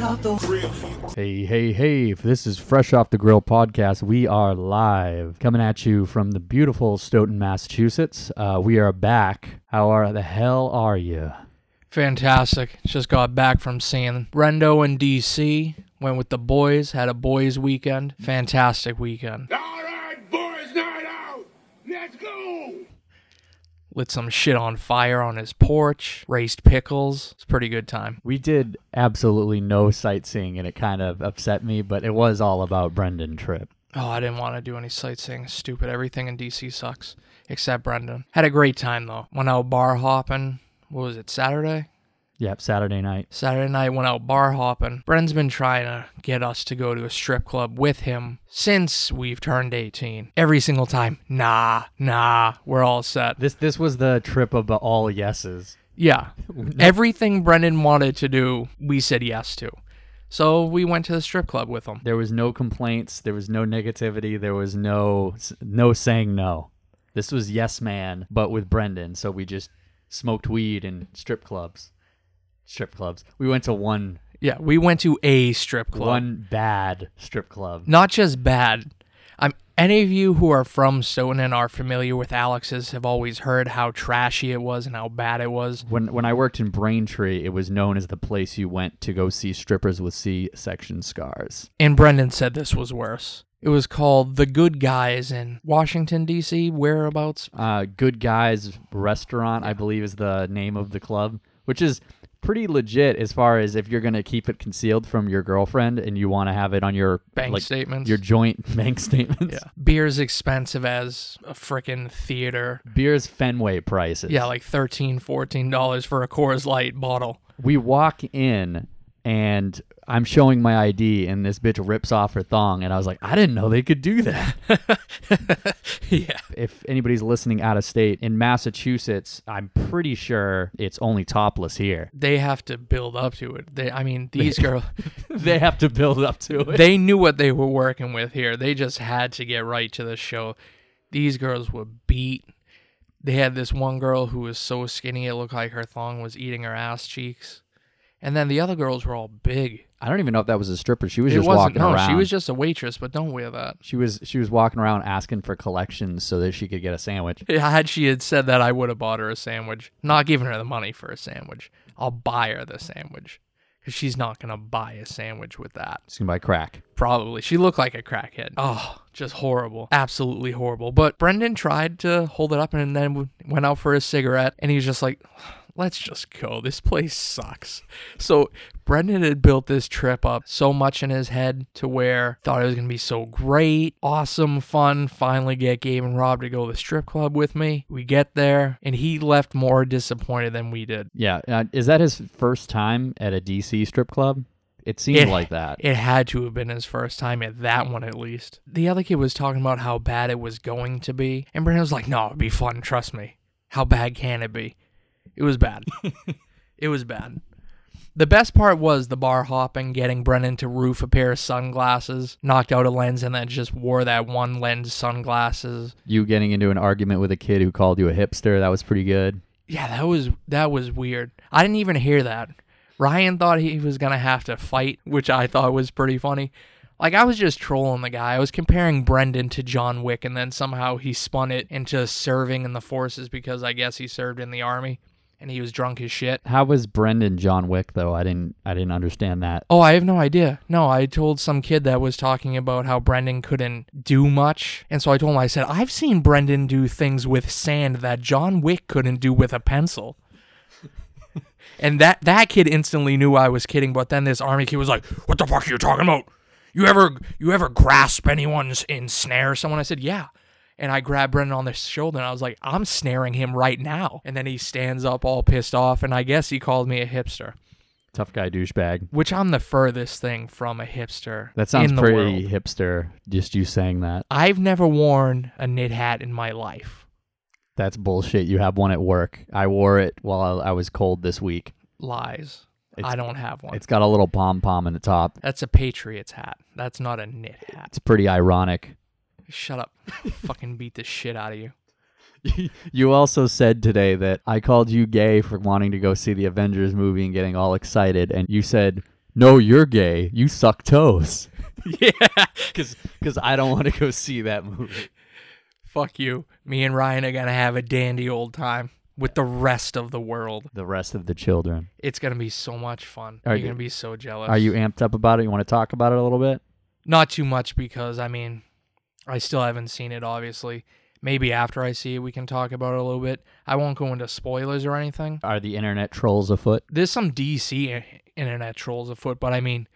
off the grill. Hey, hey, hey, if this is Fresh Off the Grill podcast, we are live coming at you from the beautiful Stoughton, Massachusetts. Uh, we are back. How are the hell are you? Fantastic. Just got back from seeing Brendo in DC. Went with the boys, had a boys' weekend. Fantastic weekend. All right, boys, night out. Let's go. Lit some shit on fire on his porch, raised pickles. It's a pretty good time. We did absolutely no sightseeing and it kind of upset me, but it was all about Brendan Tripp. Oh, I didn't want to do any sightseeing. It's Stupid. Everything in DC sucks, except Brendan. Had a great time, though. Went out bar hopping. What was it, Saturday? Yep, Saturday night. Saturday night went out bar hopping. Bren's been trying to get us to go to a strip club with him since we've turned 18. Every single time, nah, nah, we're all set. This this was the trip of the all yeses. Yeah. Everything Brendan wanted to do, we said yes to. So we went to the strip club with him. There was no complaints, there was no negativity, there was no no saying no. This was yes man, but with Brendan, so we just smoked weed in strip clubs. Strip clubs. We went to one Yeah, we went to a strip club. one bad strip club. Not just bad. I'm any of you who are from Stoughton and are familiar with Alex's have always heard how trashy it was and how bad it was. When when I worked in Braintree, it was known as the place you went to go see strippers with C-section scars. And Brendan said this was worse. It was called The Good Guys in Washington, D.C. Whereabouts? Uh, Good Guys Restaurant, I believe, is the name of the club, which is pretty legit as far as if you're gonna keep it concealed from your girlfriend and you want to have it on your Bank like, statements. your joint bank statements. yeah. Beer's expensive as a frickin' theater. Beer's Fenway prices. Yeah, like $13, $14 for a Coors Light bottle. we walk in and I'm showing my ID and this bitch rips off her thong and I was like, I didn't know they could do that. yeah. if anybody's listening out of state in Massachusetts, I'm pretty sure it's only topless here. They have to build up to it. They, I mean, these girls, They have to build up to it. they knew what they were working with here. They just had to get right to the show. These girls were beat. They had this one girl who was so skinny it looked like her thong was eating her ass cheeks. And then the other girls were all big. I don't even know if that was a stripper. She was it just wasn't walking no, around. she was just a waitress, but don't wear that. she was she was walking around asking for collections so that she could get a sandwich. Had she had said that, I would have bought her a sandwich. Not giving her the money for a sandwich. I'll buy her the sandwich. Because she's not going to buy a sandwich with that. She's gonna buy crack. Probably. She looked like a crackhead. Oh, just horrible. Absolutely horrible. But Brendan tried to hold it up and then w- went out for a cigarette and he was just like, let's just go. This place sucks. So Brendan had built this trip up so much in his head to where thought it was going to be so great, awesome, fun. Finally get Gabe and Rob to go to the strip club with me. We get there and he left more disappointed than we did. Yeah, uh, is that his first time at a DC strip club? It seemed It- like that. It had to have been his first time at that one, at least. The other kid was talking about how bad it was going to be, and Brandon was like, "No, it'd be fun. Trust me. How bad can it be? It was bad. it was bad." The best part was the bar hopping, getting Brennan to roof a pair of sunglasses, knocked out a lens, and then just wore that one lens sunglasses. you getting into an argument with a kid who called you a hipster that was pretty good Yeah, that was that was weird. I didn't even hear that. Ryan thought he was gonna have to fight, which I thought was pretty funny. Like I was just trolling the guy. I was comparing Brendan to John Wick, and then somehow he spun it into serving in the forces because I guess he served in the army, and he was drunk as shit. how was brendan john wick though i didn't i didn't understand that Oh, I have no idea. No, I told some kid that was talking about how Brendan couldn't do much. And so I told him, I said, I've seen Brendan do things with sand that John Wick couldn't do with a pencil. and that, that kid instantly knew I was kidding. But then this army kid was like, What the fuck are you talking about? You ever you ever grasp anyone's ensnare someone? I said, Yeah. And I grabbed Brendan on the shoulder and I was like, I'm snaring him right now. And then he stands up all pissed off. And I guess he called me a hipster tough guy douchebag which I'm the furthest thing from a hipster. that sounds in the pretty world. hipster just you saying that I've never worn a knit hat in my life. that's bullshit you have one at work i wore it while i, I was cold this week Lies. It's- I don't have one. it's got a little pom pom in the top That's a Patriots hat. That's not a knit hat. it's pretty ironic Shut up. Fucking beat the shit out of you. you also said today that i called you gay for wanting to go see the avengers movie and getting all excited and you said no, you're gay. You suck toes. yeah, because I don't want to go see that movie. Fuck you. Me and Ryan are going to have a dandy old time with the rest of the world. The rest of the children. It's going to be so much fun. Are You're you- going to be so jealous. Are you amped up about it? You want to talk about it a little bit? Not too much because, I mean, I still haven't seen it, obviously. Maybe after I see it, we can talk about it a little bit. I won't go into spoilers or anything. Are the internet trolls afoot? there's some DC i- internet trolls afoot, but I mean,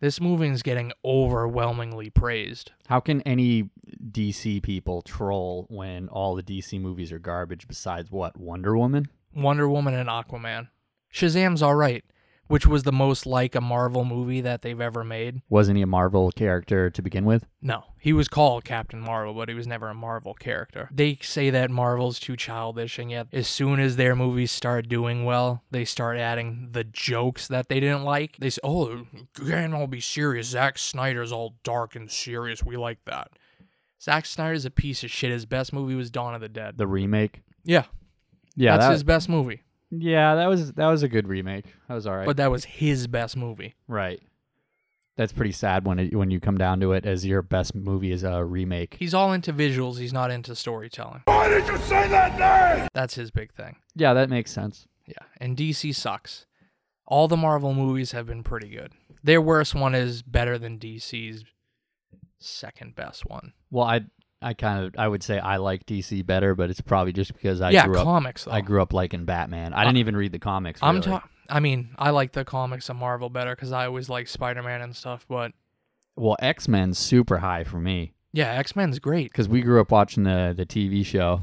this movie is getting overwhelmingly praised. How can any DC people troll when all the DC movies are garbage besides what? Wonder Woman? Wonder Woman and Aquaman. Shazam's all right, which was the most like a Marvel movie that they've ever made. Wasn't he a Marvel character to begin with? No, he was called Captain Marvel, but he was never a Marvel character. They say that Marvel's too childish, and yet as soon as their movies start doing well, they start adding the jokes that they didn't like. They say, "Oh, you can't all be serious. Zack Snyder's all dark and serious. We like that." Zack Snyder's a piece of shit. His best movie was Dawn of the Dead. The remake? Yeah, Yeah, that's that, his best movie, yeah, that was that was a good remake. That was all right. but that was his best movie. right. That's pretty sad when it, when you come down to it as your best movie is a remake. He's all into visuals. He's not into storytelling. Why did you say that name? That's his big thing. Yeah, that makes sense. Yeah, and DC sucks. All the Marvel movies have been pretty good. Their worst one is better than DC's second best one. Well, I I kind of I would say I like DC better, but it's probably just because I yeah, grew up comics though. I grew up liking Batman. I didn't even read the comics. I'm really. ta- I mean, I like the comics of Marvel better cuz I always like Spider-Man and stuff, but well, X Men's super high for me yeah, X-Men's great. because we grew up watching the the TV show.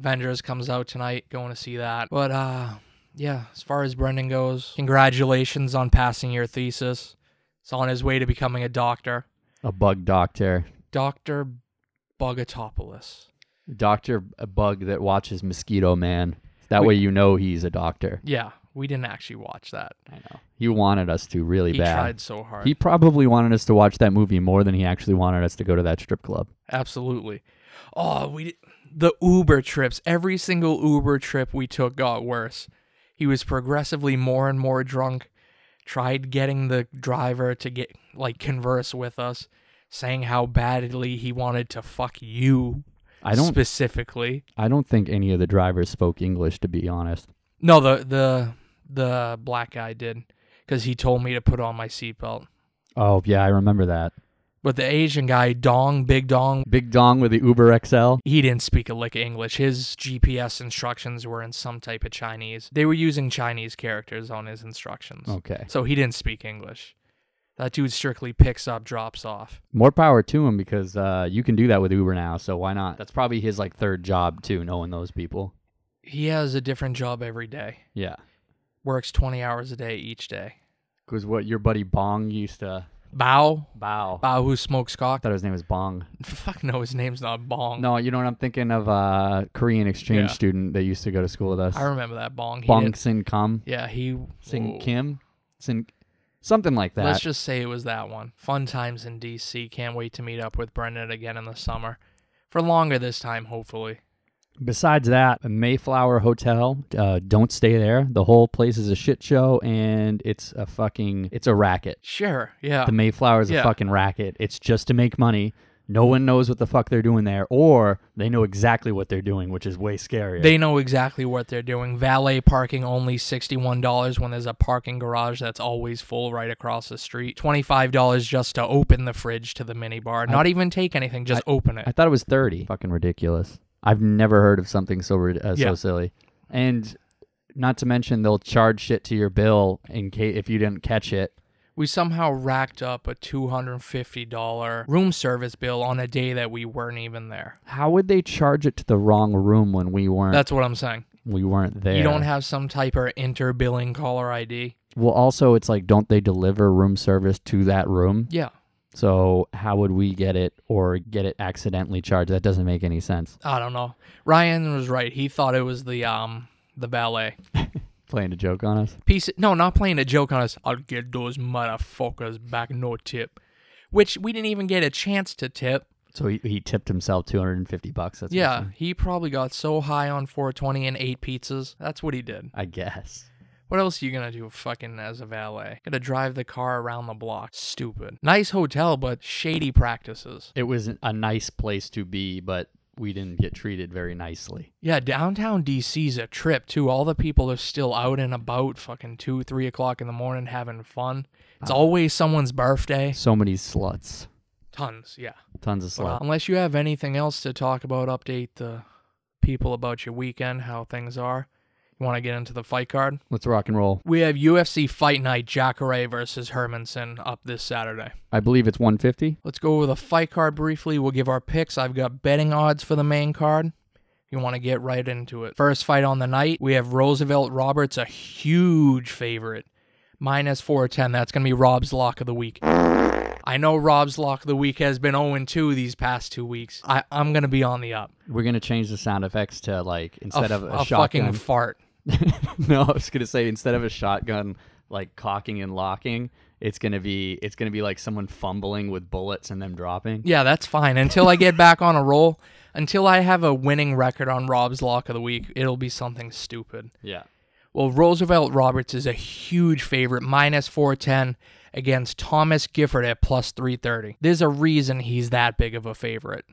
Avengers comes out tonight, going to see that. But uh yeah, as far as Brendan goes, congratulations on passing your thesis. It's on his way to becoming a doctor. A bug doctor, Dr. Bugatopoulos. doctor a bug that watches Mosquito Man. That way you know he's a doctor. Yeah, we didn't actually watch that. I know he wanted us to really He bad. tried so hard. He probably wanted us to watch that movie more than he actually wanted us to go to that strip club. Absolutely. Oh, we the Uber trips. Every single Uber trip we took got worse. He was progressively more and more drunk. Tried getting the driver to get like converse with us, saying how badly he wanted to fuck you. I don't. specifically. I don't think any of the drivers spoke English, to be honest. No, the the the black guy did because he told me to put on my seatbelt. Oh yeah, I remember that. But the Asian guy, Dong, Big Dong, Big Dong with the Uber XL. he didn't speak a lick of English. His GPS instructions were in some type of Chinese. They were using Chinese characters on his instructions. Okay. So he didn't speak English. That dude strictly picks up, drops off. More power to him because uh, you can do that with Uber now. So why not? That's probably his like third job too, knowing those people. He has a different job every day. Yeah. Works 20 hours a day each day. Because what your buddy Bong used to Bao, bow. I Bao who smokes cock. thought his name was Bong. Fuck no, his name's not Bong. No, you know what I'm thinking of? Uh, Korean exchange Yeah. student that used to go to school with us. I remember that Bong. He Bong didn't- Sin Kam, Yeah, he. Sin whoa. Kim, Sin, something like that. Let's just say it was that one. Fun times in DC. Can't wait to meet up with Brendan again in the summer. For longer this time, hopefully. Besides that, Mayflower Hotel, uh, don't stay there. The whole place is a shit show, and it's a fucking it's a racket. Sure, yeah. The Mayflower is a Yeah. fucking racket. It's just to make money. No one knows what the fuck they're doing there, or they know exactly what they're doing, which is way scarier. They know exactly what they're doing. Valet parking only $61 when there's a parking garage that's always full right across the street. $25 just to open the fridge to the minibar. Not even take anything, just open it. I thought it was thirty. Fucking ridiculous. I've never heard of something so rid- uh, Yeah. so silly. And not to mention they'll charge shit to your bill in case if you didn't catch it. we somehow racked up a $250 room service bill on a day that we weren't even there. How would they charge it to the wrong room when we weren't That's what I'm saying. we weren't there? You don't have some type of interbilling caller ID. Well, also, it's like, don't they deliver room service to that room? Yeah. So how would we get it or get it accidentally charged? That doesn't make any sense. I don't know. Ryan was right. He thought it was the um the valet. Playing a joke on us. Piece no, not playing a joke on us. I'll get those motherfuckers back no tip. Which we didn't even get a chance to tip. So he, he tipped himself 250 bucks. That's what Yeah, he- he probably got so high on 420 and ate pizzas. That's what he did. I guess. What else are you gonna do fucking as a valet? Gotta drive the car around the block. Stupid. Nice hotel, but shady practices. It was a nice place to be, but we didn't get treated very nicely. Yeah, downtown DC's a trip too. All the people are still out and about fucking two, three o'clock in the morning having fun. It's always someone's birthday. So many sluts. Tons, yeah. Tons of But, uh, sluts. unless you have anything else to talk about, update the people about your weekend, how things are. You wanna get into the fight card? Let's rock and roll. We have UFC Fight Night Jacare versus Hermanson up this Saturday. I believe it's 150. Let's go over the fight card briefly. We'll give our picks. I've got betting odds for the main card. If You want to get right into it. First fight on the night, we have Roosevelt Roberts, a huge favorite. Minus 410. That's going to be Rob's lock of the week. I know Rob's lock of the week has been 0 2 these past two weeks. I, I'm going to be on the up. We're gonna change the sound effects to like A instead f- of a a, fucking shotgun. fart. no, I was gonna say instead of a shotgun like cocking and locking, it's gonna be it's gonna be like someone fumbling with bullets and them dropping. Yeah, that's fine. Until I get back on a roll, until I have a winning record on Rob's Lock of the Week, it'll be something stupid. Yeah. Well, Roosevelt Roberts is a huge favorite, minus 410 against Thomas Gifford at plus 330. There's a reason he's that big of a favorite.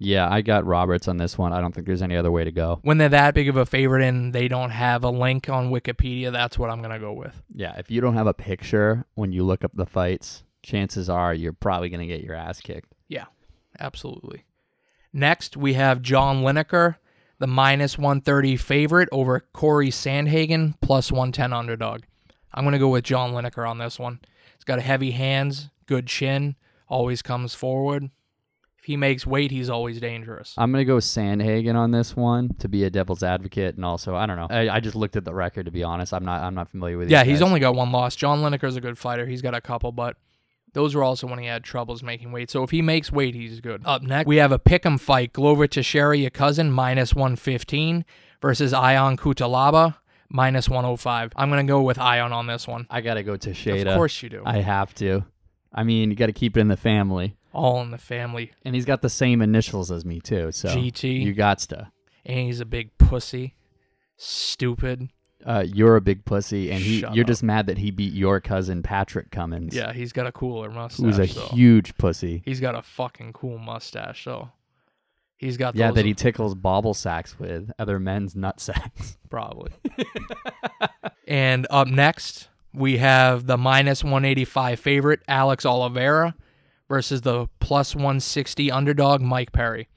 Yeah, I got Roberts on this one. I don't think there's any other way to go. When they're that big of a favorite and they don't have a link on Wikipedia, that's what I'm going to go with. Yeah, if you don't have a picture when you look up the fights, chances are you're probably gonna get your ass kicked. Yeah, absolutely. Next, we have John Lineker, the minus 130 favorite over Corey Sandhagen, plus 110 underdog. I'm going to go with John Lineker on this one. He's got heavy hands, good chin, always comes forward. If he makes weight, he's always dangerous. I'm gonna go Sandhagen on this one to be a devil's advocate, and also I don't know. I, I just looked at the record to be honest. I'm not I'm not familiar with. these Yeah, he's guys. only got one loss. John Lineker's a good fighter. He's got a couple, but those were also when he had troubles making weight. So if he makes weight, he's good. Up next, we have a pick'em fight: Glover Teixeira, your cousin, minus one fifteen, versus Ion Kutalaba, minus one hundred five. I'm gonna go with Ion on this one. I gotta go to Of Shada. course you do. I have to. I mean, you got to keep it in the family. All in the family, And he's got the same initials as me too. So GT. You got to. and he's a big pussy, stupid. Uh, you're a big pussy, and he, Shut you're up. just mad that he beat your cousin Patrick Cummins. Yeah, he's got a cooler mustache. who's a though. huge pussy. He's got a fucking cool mustache, though. He's got Yeah, those that he tickles bobble sacks with other men's nut sacks. probably. and up next, we have the minus 185 favorite, Alex Oliveira, versus the plus 160 underdog, Mike Perry.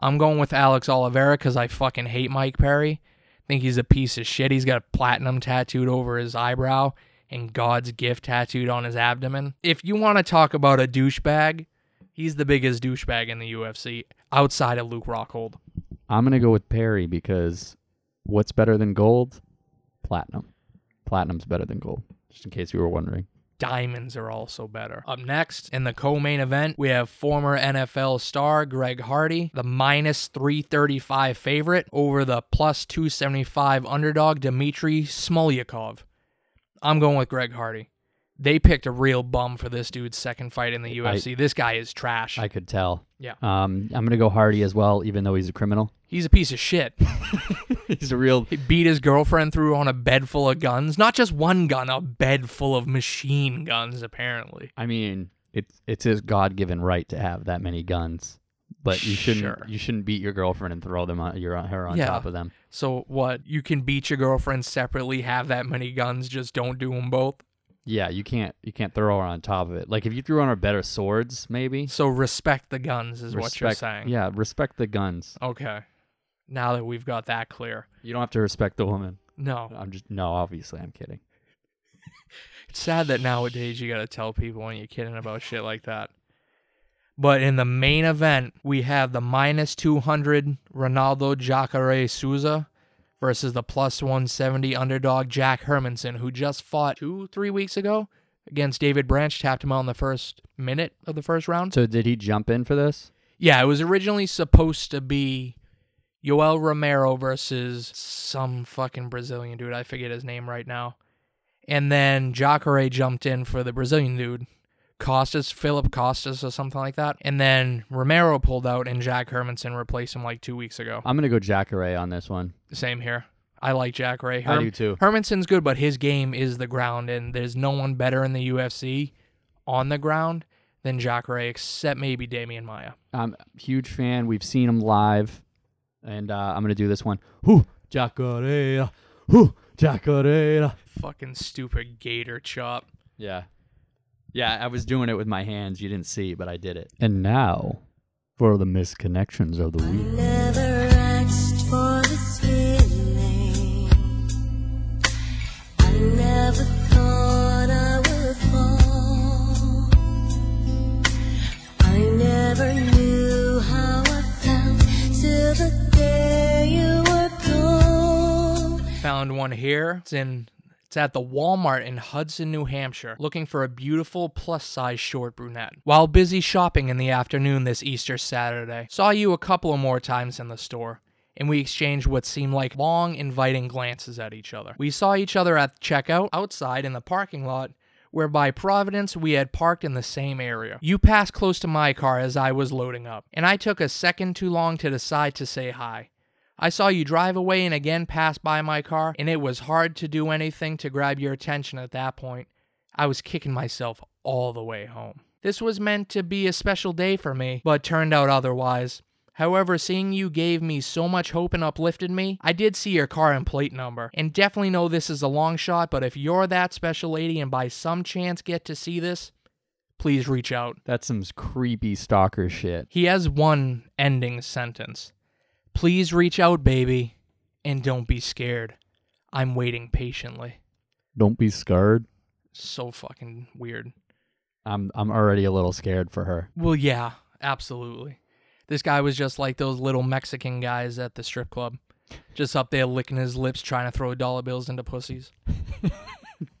I'm going with Alex Oliveira because I fucking hate Mike Perry. I think he's a piece of shit. He's got a platinum tattooed over his eyebrow and God's gift tattooed on his abdomen. If you want to talk about a douchebag, he's the biggest douchebag in the UFC outside of Luke Rockhold. I'm gonna go with Perry because what's better than gold? Platinum. Platinum's better than gold. Just in case you were wondering. diamonds are also better. Up next, in the co main event, we have former NFL star Greg Hardy, the minus 335 favorite over the plus 275 underdog Dmitry Smolyakov. I'm going with Greg Hardy. They picked a real bum for this dude's second fight in the UFC. this guy is trash. I could tell. Yeah. Um, I'm gonna go Hardy as well, even though he's a criminal. He's a piece of shit. he's a real He beat his girlfriend through on a bed full of guns. Not just one gun, a bed full of machine guns, apparently. I mean, it's it's his God given right to have that many guns, but you shouldn't Sure. you shouldn't beat your girlfriend and throw them on your her on Yeah. top of them. So what? You can beat your girlfriend separately, have that many guns, just don't do them both. Yeah, you can't you can't throw her on top of it. Like if you threw on her better swords, maybe So respect the guns is what you're Respect- saying. Yeah, respect the guns. Okay. Now that we've got that clear. You don't have to respect the woman. No. I'm just no, obviously I'm kidding. It's sad that nowadays you got to tell people when you're kidding about shit like that. But in the main event, we have the minus 200 Ronaldo Jacare Souza versus the plus 170 underdog Jack Hermanson, who just fought two, three weeks ago against David Branch, tapped him out in the first minute of the first round. So did he jump in for this? Yeah, it was originally supposed to be Yoel Romero versus some fucking Brazilian dude. I forget his name right now. And then Jacare jumped in for the Brazilian dude. Costas, Philip Costas, or something like that. And then Romero pulled out, and Jack Hermanson replaced him like two weeks ago. I'm gonna go Jacare on this one. Same here. I like Jack Ray. I do too. Hermanson's good, but his game is the ground, and there's no one better in the UFC on the ground than Jack Ray, except maybe Damian Maya. I'm a huge fan. We've seen him live, and uh, I'm gonna do this one. Who Jacare? Who Jacare? Fucking stupid gator chop. Yeah, yeah. I was doing it with my hands. You didn't see, but I did it. And now for the misconnections of the week. Never asked for this feeling. I never thought I would fall. I never knew how I felt till the day you were gone. Found one here. It's in. It's at the Walmart in Hudson, New Hampshire, looking for a beautiful plus size short brunette. While busy shopping in the afternoon this Easter Saturday, saw you a couple of more times in the store, and we exchanged what seemed like long, inviting glances at each other. We saw each other at checkout, outside in the parking lot, where by Providence we had parked in the same area. You passed close to my car as I was loading up, and I took a second too long to decide to say hi. I saw you drive away and again pass by my car, and it was hard to do anything to grab your attention at that point. I was kicking myself all the way home. This was meant to be a special day for me, but turned out otherwise. However, seeing you gave me so much hope and uplifted me, I did see your car and plate number, and definitely know this is a long shot, but if you're that special lady and by some chance get to see this, please reach out. That's some creepy stalker shit. He has one ending sentence. Please reach out, baby, and don't be scared. I'm waiting patiently. Don't be scared. So fucking weird. I'm I'm already a little scared for her. Well, yeah, absolutely. This guy was just like those little Mexican guys at the strip club, just up there licking his lips, trying to throw dollar bills into pussies.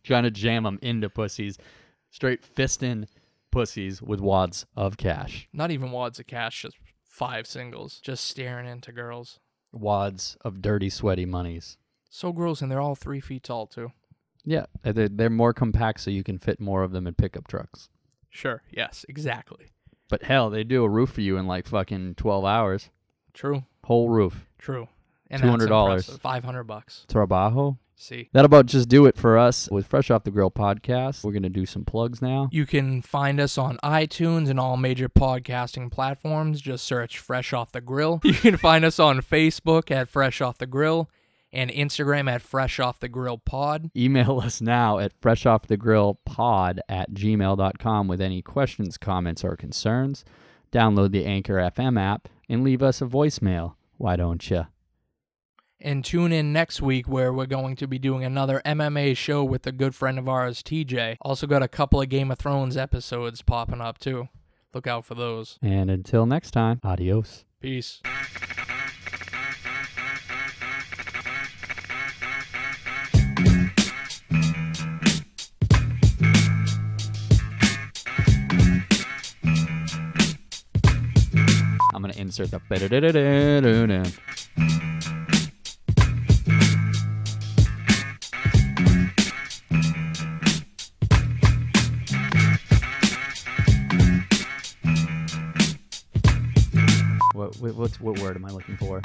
Trying to jam them into pussies, straight fisting pussies with wads of cash. Not even wads of cash, just five singles, just staring into girls. Wads of dirty, sweaty monies. So gross, and they're all three feet tall, too. Yeah, they're, they're more compact, so you can fit more of them in pickup trucks. Sure, yes, exactly. But hell, they do a roof for you in like fucking twelve hours. True, Whole roof. true. And $200. Five hundred bucks. Trabajo. See. That about just do it for us with Fresh Off the Grill podcast. We're gonna do some plugs now. You can find us on iTunes and all major podcasting platforms. Just search Fresh Off the Grill. You can find us on Facebook at Fresh Off the Grill and Instagram at Fresh Off the Grill Pod. Email us now at freshoffthegrillpod at gmail.com with any questions, comments, or concerns. Download the Anchor FM app and leave us a voicemail. Why don't you? And tune in next week where we're going to be doing another MMA show with a good friend of ours, TJ. Also got a couple of Game of Thrones episodes popping up too. Look out for those. And until next time, adios. Peace. I'm gonna insert the ba-da-da-da-da-da-da. What, what, what's, what word am I looking for?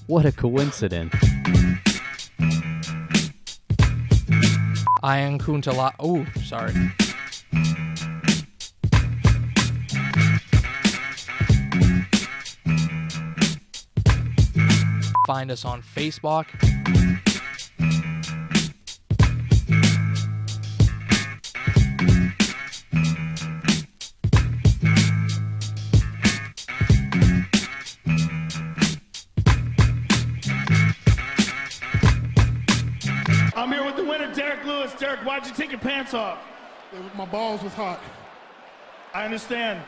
what a coincidence. Ian Kuntala. Oh, sorry. Find us on Facebook. I'm here with the winner, Derek Lewis. Derek, why'd you take your pants off? My balls was hot. I understand.